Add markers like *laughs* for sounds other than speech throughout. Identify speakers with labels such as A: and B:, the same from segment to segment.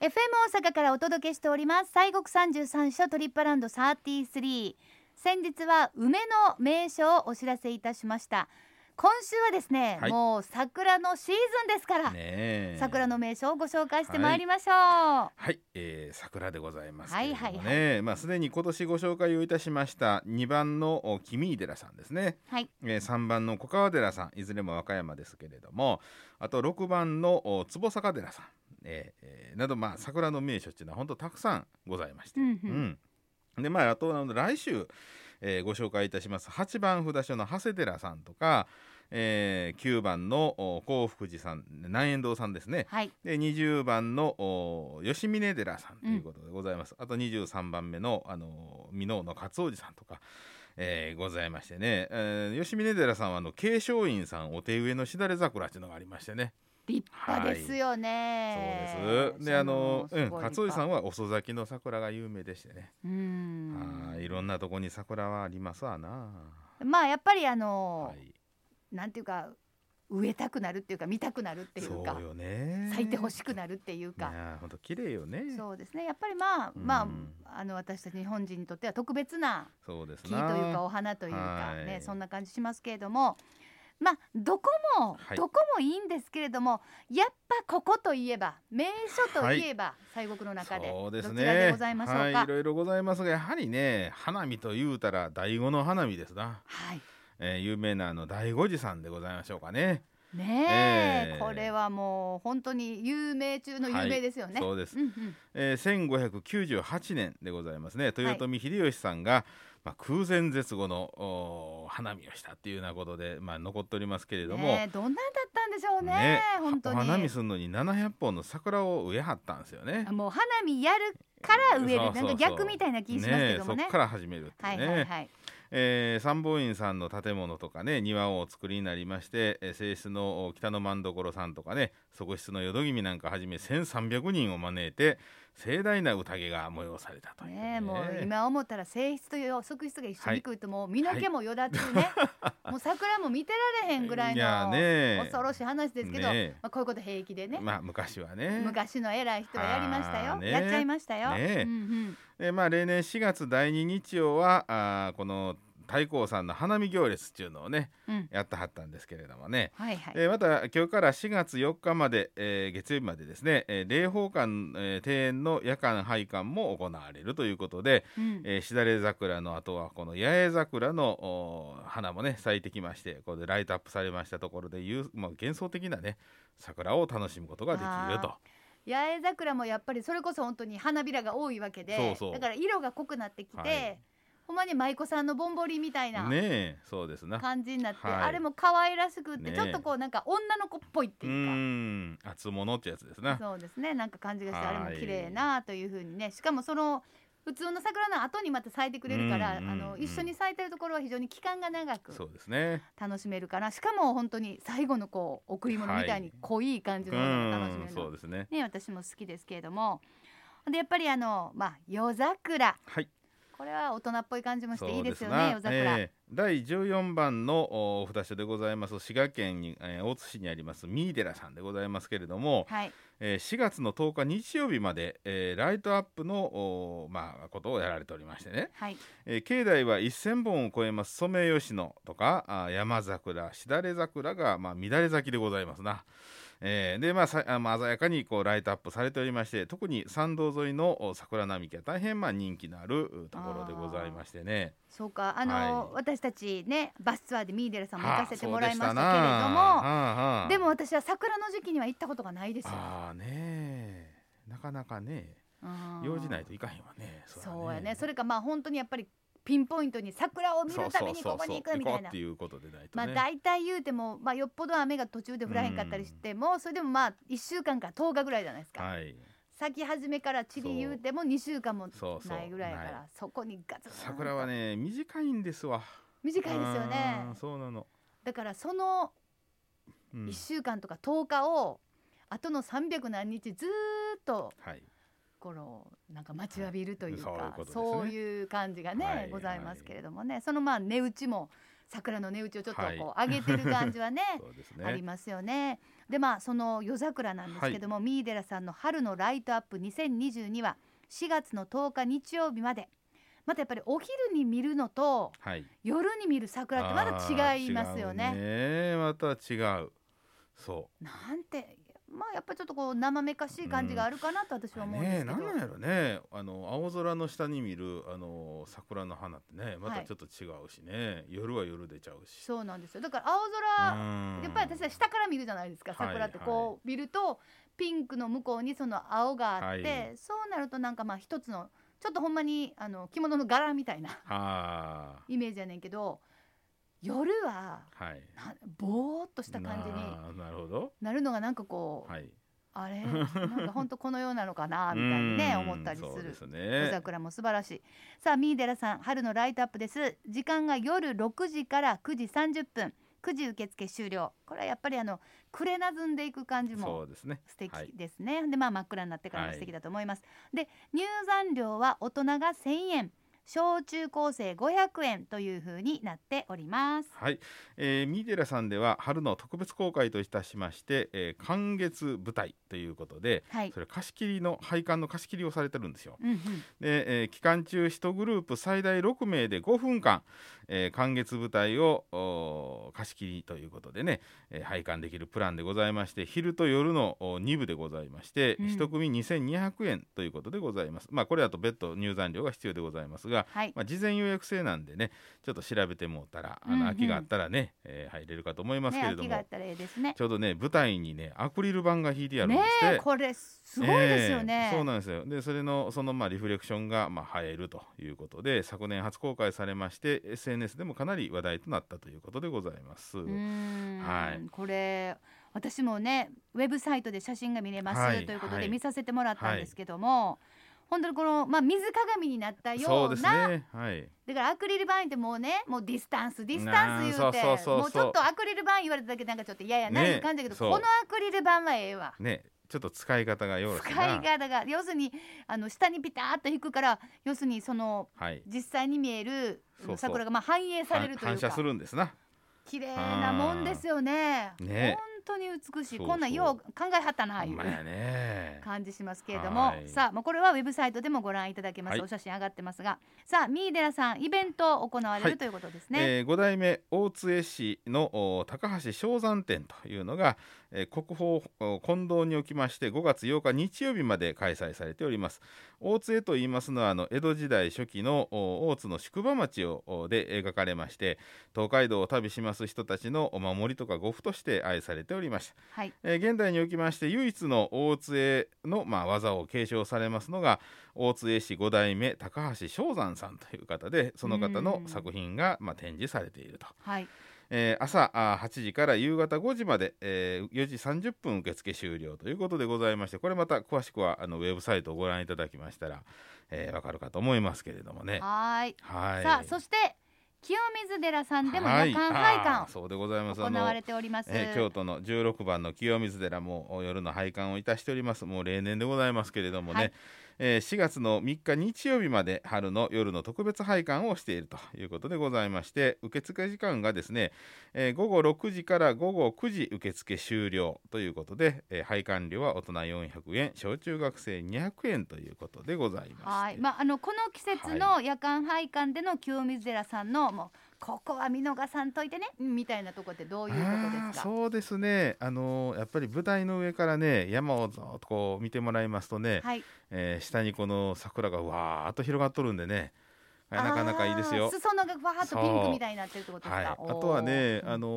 A: FM 大阪からお届けしております西国三十三所トリップアラウンド33先日は梅の名所をお知らせいたしました今週はですね、
B: はい
A: もう桜のシーズンですから、
B: ねえ
A: 桜の名所をご紹介してまいりましょう、
B: はい、えー、桜でございますけれどもね、
A: はいは
B: まあすでに今年ご紹介をいたしました2番のお君井寺さんですね、
A: はい
B: えー、3番の小川寺さんいずれも和歌山ですけれどもあと6番のお坪坂寺さん、えーえーなどまあ桜の名所っていうのは本当たくさんございまして、
A: うんうん
B: うんでまああとあの来週、えーご紹介いたします8番札所の長谷寺さんとか、えー、9番のお興福寺さん南円堂さんですね
A: はい
B: で20番のお吉峰寺さんということでございます、あと23番目の、あの箕面の勝王寺さんとか、えーございましてね、えー吉峰寺さんはあの慶祥院さんお手植えのしだれ桜っていうのがありましてね、
A: 立派ですよね、
B: そうですであの、うん、
A: 勝
B: 勝王寺さんは遅咲きの桜が有名でしてね、
A: うん
B: はいいろんなとこに桜はありますわな、
A: まあやっぱりあの、
B: はい、
A: なんていうか植えたくなるっていうか見たくなるってい
B: そう
A: か
B: うよね
A: 咲いてほしくなるっていう
B: いや
A: か、
B: ーほんと綺麗よねそう
A: そうですねやっぱりまあ
B: うん
A: まああの私たち日本人にとっては特別な
B: です
A: 木という
B: な
A: かお花というか
B: はい
A: ねそんな感じしますけれどもまあどこも
B: はい
A: どこもいいんですけれどもやっぱここといえば名所といえば西国の中で
B: そ
A: ど
B: う
A: ち
B: です
A: ら
B: ね
A: でございましょう
B: はい、
A: か
B: い。ろいろございますがやはりね花見というたら醍醐の花見ですな、
A: はい
B: えー、有名なあの醍醐寺さんでございましょうかね
A: ねえ
B: えー
A: これはもう本当に有名中の有名ですよね。
B: そうです、
A: うんうん
B: えー、1598年でございますね豊臣秀吉さんが、まあ、空前絶後のおー花見をしたっていうようなことで、まあ、残っておりますけれども、
A: ねえ、どんなんだったんでしょうね
B: ね
A: 本当
B: お
A: に
B: 花見するのに700本の桜を植えはったんですよね。
A: もう花見やるから植える
B: そうそうそう
A: なんか逆みたいな気しますけどもね
B: えそこから始めるって
A: はいいう
B: ね。
A: はいはい、
B: えー三本院さんの建物とかね庭をお作りになりまして、えー、正室のお北の万所さんとかね側室の淀君なんかはじめ1,300人を招いて盛大な宴が催されたという、
A: ねえもう今思ったら性質という側室が一緒に来るともう身の毛もよだつね、 *laughs* もう桜も見てられへんぐらい
B: いや
A: の
B: ね
A: 恐ろしい話ですけど、
B: ね
A: まあ、こういうこと平気でね、
B: まあ昔はね
A: 昔の偉い人はやりました
B: あ
A: よ、
B: ーね
A: やっちゃいましたよ、
B: ねえ
A: うんうん、
B: えーまあ例年4月第2日曜はあーこの太閤さんの花見行列っていうのをね
A: うん
B: やってはったんですけれどもね、
A: はいはい、
B: えーまた今日から4月4日まで、えー月曜日までですね、えー霊宝館、えー庭園の夜間拝観も行われるということで、
A: うん
B: えーしだれ桜の後はこの八重桜のおー花もね咲いてきましてこれでライトアップされましたところでいう、まあ、幻想的なね桜を楽しむことができると
A: あ。八重桜もやっぱりそれこそ本当に花びらが多いわけで
B: そうそう
A: だから色が濃くなってきて、
B: はい
A: ほんまに舞妓さんのぼんぼりみたいな
B: ねえそうですな。
A: 感じになって、
B: はい
A: あれも可愛らしくって、
B: ねえ
A: ちょっとこうなんか女の子っぽいっ
B: う
A: ていうか。
B: ーん厚物ってやつですな。
A: そうですねなんか感じがしてあ
B: は
A: れ
B: い
A: も綺麗なというふうにねしかもその普通の桜の後にまた咲いてくれるから、
B: うんうん
A: あ
B: う
A: の
B: ん
A: 一緒に咲いてるところは非常に期間が長く
B: そうですね。
A: 楽しめるからしかも本当に最後のこう贈り物みたいに
B: はい
A: 濃い感じ
B: う
A: のものが楽し
B: ー
A: め
B: ん
A: るの
B: そうですね。
A: ね、私も好きですけれどもでやっぱりあの、まあ、夜桜
B: はい。
A: これは大人っぽい感じもしていいですよ
B: そう
A: ね
B: な
A: 夜桜、
B: ええ第14番のお札所でございます滋賀県に、えー大津市にあります三井寺さんでございますけれども、
A: はい
B: えー4月の10日日曜日まで、えーライトアップの、おまあ、ことをやられておりましてね、
A: はい
B: えー境内は1,000本を超えますソメイヨシノとかあー山桜しだれ桜が、まあ、乱れ咲きでございますな。えーでまあ、さあまあ鮮やかにこうライトアップされておりまして特に参道沿いのお桜並木は大変まあ人気のあるうところでございましてね。
A: そうかあの、
B: はい
A: 私たちねバスツアーでミーデラさんも行
B: はあ
A: かせてもらいましたけれ
B: そうで
A: ど
B: な
A: も
B: はあはあ
A: でも私は桜の時期には行ったことがないですよ。
B: ああねえなかなかね
A: うん
B: 用事ないといかへんわね
A: そうやね。そ
B: れ
A: れかまあ本当にやっぱりピンポイントに桜を見るためにここに行くみたい
B: 行こう
A: な
B: って。いうことでないと
A: まあ
B: ね
A: 大体言うても、まあ、よっぽど雨が途中で降らへんかったりしても、それでもまあ1週間から10日ぐらいじゃないですか、
B: はい
A: 咲き始めから散り言うても2週間も
B: そうそう
A: ないぐらいやからそ
B: ない
A: こにガツンと
B: 桜はね短いんですわ
A: 短いですよね
B: うんそうなの
A: だからその
B: うん
A: 1週間とか10日を、後の300何日ずーっと
B: はい
A: このなんか待ちわびるというか、
B: はいそういうことですね
A: そういう感じがね、
B: はい
A: ございますけれどもねそのまあ値打ちも桜の値打ちをちょっと
B: はい
A: こう上げてる感じはね
B: *laughs* そうです
A: あり
B: ね。
A: ますよね。でまあその夜桜なんですけども、三井寺さんの春のライトアップ2022は4月の10日日曜日まで。またやっぱりお昼に見るのと
B: はい。
A: 夜に見る桜ってまだ違いますよ
B: あー
A: ね。
B: 違うねまた違う。そ
A: なんてまあやっぱりちょっとこう生めかしい感じがあるかなと私
B: う。
A: は思うんで
B: ね
A: すけ
B: え、
A: ど。
B: なんなんやろね。あの青空の下に見るあの桜の花ってね、ま
A: は
B: た
A: い
B: ちょっと違うしね。夜は夜出ちゃうし。
A: そうなんですよだから青空、やっぱり私は下から見るじゃないですか
B: はい
A: 桜ってこう見るとピンクの向こうにその青があって、
B: はい
A: そうなるとなんかまあ一つのちょっとほんまにあの着物の柄みたいな
B: は
A: イメージやねんけど夜は
B: あー。はい。
A: なぼーっとした感じに
B: なあなるほど。
A: なるのがなんかこう、
B: はい。
A: あれなんか本当この世なのかなみたいにね
B: *laughs* うん
A: 思ったりす
B: そうで
A: る
B: す
A: 夜
B: ね。
A: 桜も素晴らしいさあ三井寺さん春のライトアップです時間が夜6時から9時30分9時受付終了これはやっぱりあのくれなずんでいく感じ
B: そ
A: も
B: うですね。
A: 素敵
B: はい
A: ですね、でまあ真っ暗になってからも
B: はい
A: 素敵だと思います、で入山料は大人が1000円小中高生500円というふうになっております
B: はい、えー、三井寺さんでは春の特別公開といたしまして、えー、寒月舞台ということで、
A: はい
B: それ貸し切りの配管の貸し切りをされてるんですよ。
A: うんうん
B: で、えー、期間中1グループ最大6名で5分間、えー、寒月舞台をおー貸し切りということでね、えー、配管できるプランでございまして昼と夜のお2部でございまして、
A: うん
B: 1組2200円ということでございます。まあこれだと別途入山料が必要でございますが、
A: はい
B: まあ、事前予約制なんでねちょっと調べてもうたらあの
A: うんうん
B: 空きがあったらね、えー入れるかと思います
A: ね
B: けれど
A: 秋
B: も、
A: があったらいいですね
B: ちょうどね舞台にねアクリル板が引いてあるん
A: ね
B: でして
A: えこれすごいですよね、
B: ええそうなんですよでそれのそのまあリフレクションがまあ映えるということで昨年初公開されまして SNS でもかなり話題となったということでございます。
A: うーん
B: はい
A: これ私もねウェブサイトで写真が見れます、
B: はい
A: ということ
B: は
A: で
B: い
A: 見させてもらったんですけども、本当にこの、まあ、水鏡になった
B: そ
A: よ
B: う
A: う
B: です
A: な
B: ね、はい、
A: だからアクリル板ってもうねもうディスタンスディスタンス言うて
B: うんそうそうそうそう
A: もうちょっとアクリル板言われただけでなんかちょっと嫌やな
B: ね
A: いう感じだけど、
B: そう
A: このアクリル板はええわ。
B: ねちょっと使い方がよろし
A: 使
B: い
A: い
B: な
A: 方が要するにあの下にピターッと引くから要するにその
B: はい、
A: 実際に見える
B: そうそう
A: 桜がまあ反映されるという
B: 反射
A: か
B: するんですな。
A: 綺麗なもんですよね。
B: ね
A: 本当に美し
B: そ
A: いう
B: そう
A: こんなんよう考えはったな
B: ほ
A: い
B: ん
A: う
B: まやね。
A: 感じしますけれども
B: はい
A: さあもうこれはウェブサイトでもご覧いただけます、
B: はい
A: お写真上がってますがさあ三井寺さんイベント行われ
B: は
A: る
B: い
A: ということですね、
B: えー、5代目大津江市のお高橋昭山店というのが、えー国宝お近堂におきまして5月8日日曜日まで開催されております大津江と言いますのはあの江戸時代初期のお大津の宿場町をおで描かれまして東海道を旅します人たちのお守りとか護符として愛されておりました
A: はい
B: えー現代におきまして唯一の大津絵の、まあ、技を継承されますのが大津絵師5代目高橋正山さんという方でその方の
A: うん
B: 作品が、まあ、展示されていると、
A: はい
B: えー朝あー8時から夕方5時まで、えー4時30分受付終了ということでございましてこれまた詳しくはあのウェブサイトをご覧いただきましたらわ、えーわかるかと思いますけれどもね。
A: はーい
B: はい
A: さあそして清水寺さんでも夜間
B: はい
A: 拝観
B: あーそうでございますあの
A: 行われております、
B: えー京都の16番の清水寺もお夜の拝観をいたしておりますもう例年でございますけれどもね、
A: はい
B: えー4月の3日日曜日まで春の夜の特別拝観をしているということでございまして受付時間がですね、えー午後6時から午後9時受付終了ということで、えー拝観料は大人400円小中学生200円ということでございまして
A: はい、まあ、あのこの季節の夜間拝観での清水寺さんの、もうここは見逃さんといてねみたいなとこってどういうこと
B: あー
A: ですか
B: そうですね、あのーやっぱり舞台の上からね山をずっとこう見てもらいますとね、
A: はい
B: えー下にこの桜がわーっと広がっとるんでね、はいなかなかいいです
A: あー
B: よ。
A: 裾野がわーっとピンクみたいになってるってことです
B: はい、
A: か
B: あ。
A: おー
B: とはね、
A: うん
B: あの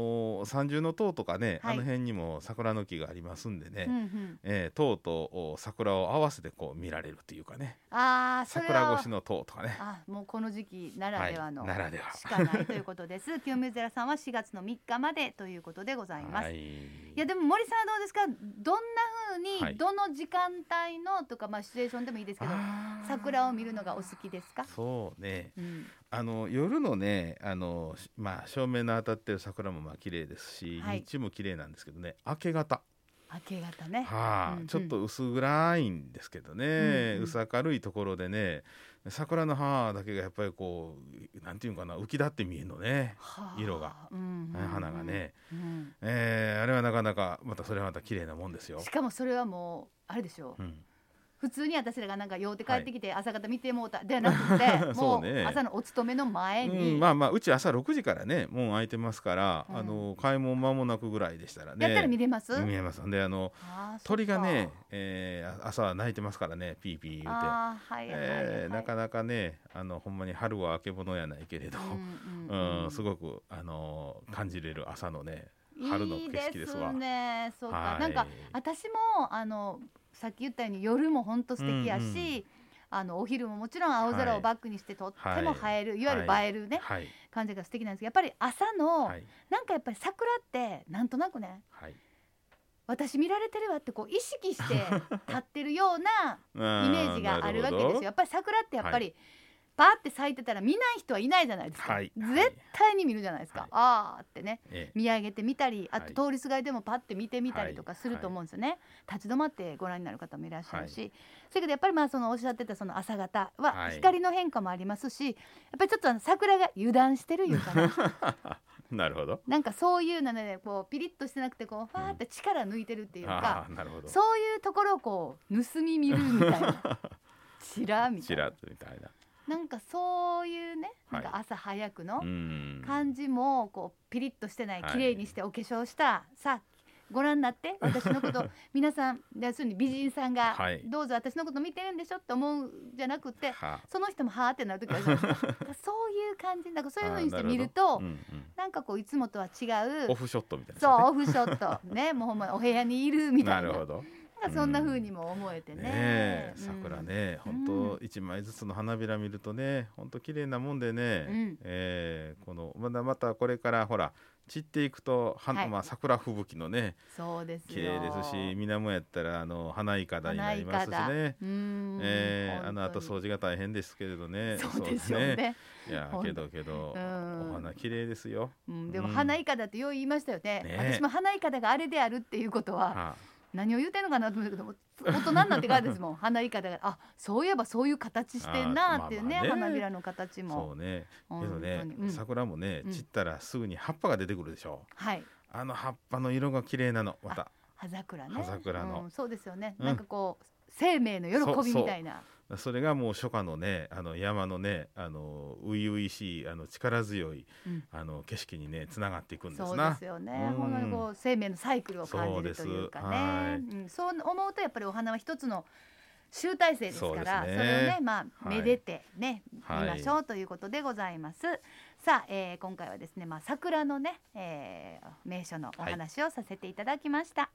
B: ー三重の塔とかね、
A: はい
B: あの辺にも桜の木がありますんでね、
A: うんうん
B: えー塔とお桜を合わせてこう見られるというかね
A: ああ、それ
B: 桜
A: は
B: 越しの塔とかね
A: あ、もうこの時期ならではの、
B: はい、ならでは。
A: しかないということです。 *laughs* 清水寺さんは4月の3日までということでございます。、
B: はいい、
A: やでも森さんはどうですか。どんな風
B: は
A: に
B: い
A: どの時間帯のとかまあシチュエーションでもいいですけど、
B: あー
A: 桜を見るのがお好きですか。
B: そうね
A: うん、
B: あの夜のねあの、しまあ、照明の当たってる桜もまあ綺麗ですし、
A: はい
B: 日中も綺麗なんですけどね明け方
A: 明明け方ね。
B: はあ
A: うんうん
B: ちょっと薄暗いんですけどね、
A: うんうん
B: 薄明るいところでね桜の葉だけがやっぱりこうなんていうのかな浮き立って見えるのね、
A: は
B: 色が、
A: うんうんうん
B: 花がね、
A: うん
B: えーあれはなかなかまたそれはまた綺麗なもんですよ
A: し。かもそれはもうあれでしょう、
B: うん
A: 普通に私らがなんか用って帰ってきて朝方見てもうたではなくて
B: *laughs* そ
A: も
B: うね
A: う朝のお勤めの前に、
B: うん、まあまあうち朝6時からねもう開いてますから、
A: うん
B: あの開門間もなくぐらいでしたらね
A: やったら見れます、
B: 見えますんであの
A: あー
B: 鳥がね
A: そっか、
B: えーあ朝は鳴いてますからねピーピー言うて、
A: あーはいはいはい、
B: えーなかなかねあのほんまに春はあけぼのやないけれど、
A: うんうん
B: う
A: うん
B: ん、すごく、あのー感じれる朝のね、
A: いい
B: 春の景色ですわ
A: ねそうか、
B: はい
A: なんか私もあのさっき言ったように夜も本当素敵やし、
B: うんうん
A: あのお昼ももちろん青空をバックにしてとっても映える、い、わゆる
B: は
A: 映えるね、
B: はい、
A: 感じが素敵なんですけどやっぱり朝の、
B: はい、
A: なんかやっぱり桜ってなんとなくね
B: はい、
A: 私見られてるわってこう意識
B: *laughs*
A: して立ってるようなイメージがあるわけですよ。やっぱり桜ってやっぱり、パーって咲いてたら見ない人はいないじゃないですか、
B: はい
A: 絶対に見るじゃないですか、
B: はい
A: あーってね
B: え
A: 見上げてみたりあ
B: は
A: と
B: い
A: 通りすがりでもパッて見てみたりとかすると思うんですよね、立ち止まってご覧になる方もいらっしゃるし、それけどやっぱりまあそのおっしゃってたその朝方は
B: はい
A: 光の変化もありますし、やっぱりちょっとあの桜が油断してるいうか
B: *laughs*
A: な
B: なるほど。
A: なんかそういうのねこうピリッとしてなくてこうファーって力抜いてるっていう
B: あ
A: か、
B: あー、なるほど。
A: そういうところをこう盗み見るみたい
B: *laughs*
A: なちらみた
B: ち
A: い
B: ら
A: な
B: っとみたいな。
A: なんかそういうねなんか
B: は
A: 朝早くの
B: うん。
A: 感じもこうピリッとしてない
B: はい
A: 綺麗にしてお化粧した、さあご覧にな
B: *laughs*
A: って私のこと皆さん要するに美人さんが、
B: はい
A: どうぞ私のこと見てるんでしょって思うんじゃなくて
B: は
A: その人もはあってなる時あるじゃないです
B: *laughs*
A: かだからそういう感じなんかそういうふうにして見る
B: あ
A: と
B: ーなるほどうんうん
A: なんかこういつもとは違
B: オ
A: う
B: フショットみたいな。
A: そうオフショットねもうほんまお部屋にいるみた
B: ない
A: な
B: るほど。
A: なんかそんな風にも思えてね
B: ねえ、
A: うん
B: 桜ね、
A: うん
B: 本当一枚ずつの花びら見るとね、本当綺麗なもんでね、
A: うん
B: えーこのまだまたこれからほら散っていくと、は
A: はい
B: まあ桜吹雪のね、
A: そうですよ
B: 綺麗ですし、水面やったらあの花いかだになりますし
A: 花いかだ
B: ね。
A: うん
B: えー、あ
A: 本当
B: の
A: に
B: 後掃除が大変ですけれどね。
A: そうでしょう
B: そう
A: ね
B: いや
A: ほん
B: けどけど、
A: うん
B: お花綺麗ですよ。
A: うん、でも
B: うん
A: 花いかだってよう言いましたよね
B: ねえ
A: 私も花いかだがあれであるっていうことは
B: は
A: 何を言うてんのかなと思ったけども大人になってからです
B: *laughs*
A: もん花いかだがあそういえばそういう形してん
B: あ
A: な
B: ー
A: っていうね,、
B: まあまあね
A: 花びらの形
B: あ、
A: も
B: そうね。け
A: 本
B: ど
A: 当
B: ね、
A: にうん
B: 桜もね
A: うん
B: 散ったらすぐに葉っぱが出てくるでしょ
A: はい
B: あの葉っぱの色が綺麗なのまた
A: 葉桜ね
B: 葉桜の
A: うんそうですよね、
B: うん
A: なんかこう生命の喜びみたいな
B: それがもう初夏のねあの山のねあの初々しいあの力強い、
A: うん
B: あの景色にねつながっていくんで
A: そ
B: す
A: うで
B: な
A: すよね
B: うん
A: ほんまにこう生命のサイクルを感じるというかねそう,、ん、そう思うとやっぱりお花は一つの集大成ですから
B: そう
A: そ
B: ですね
A: れをねまあ
B: はい
A: めでてね、
B: はい
A: 見ましょうということでございます、さあ、えー今回はですねまあ桜のね、えー名所のお話をさせていただきました、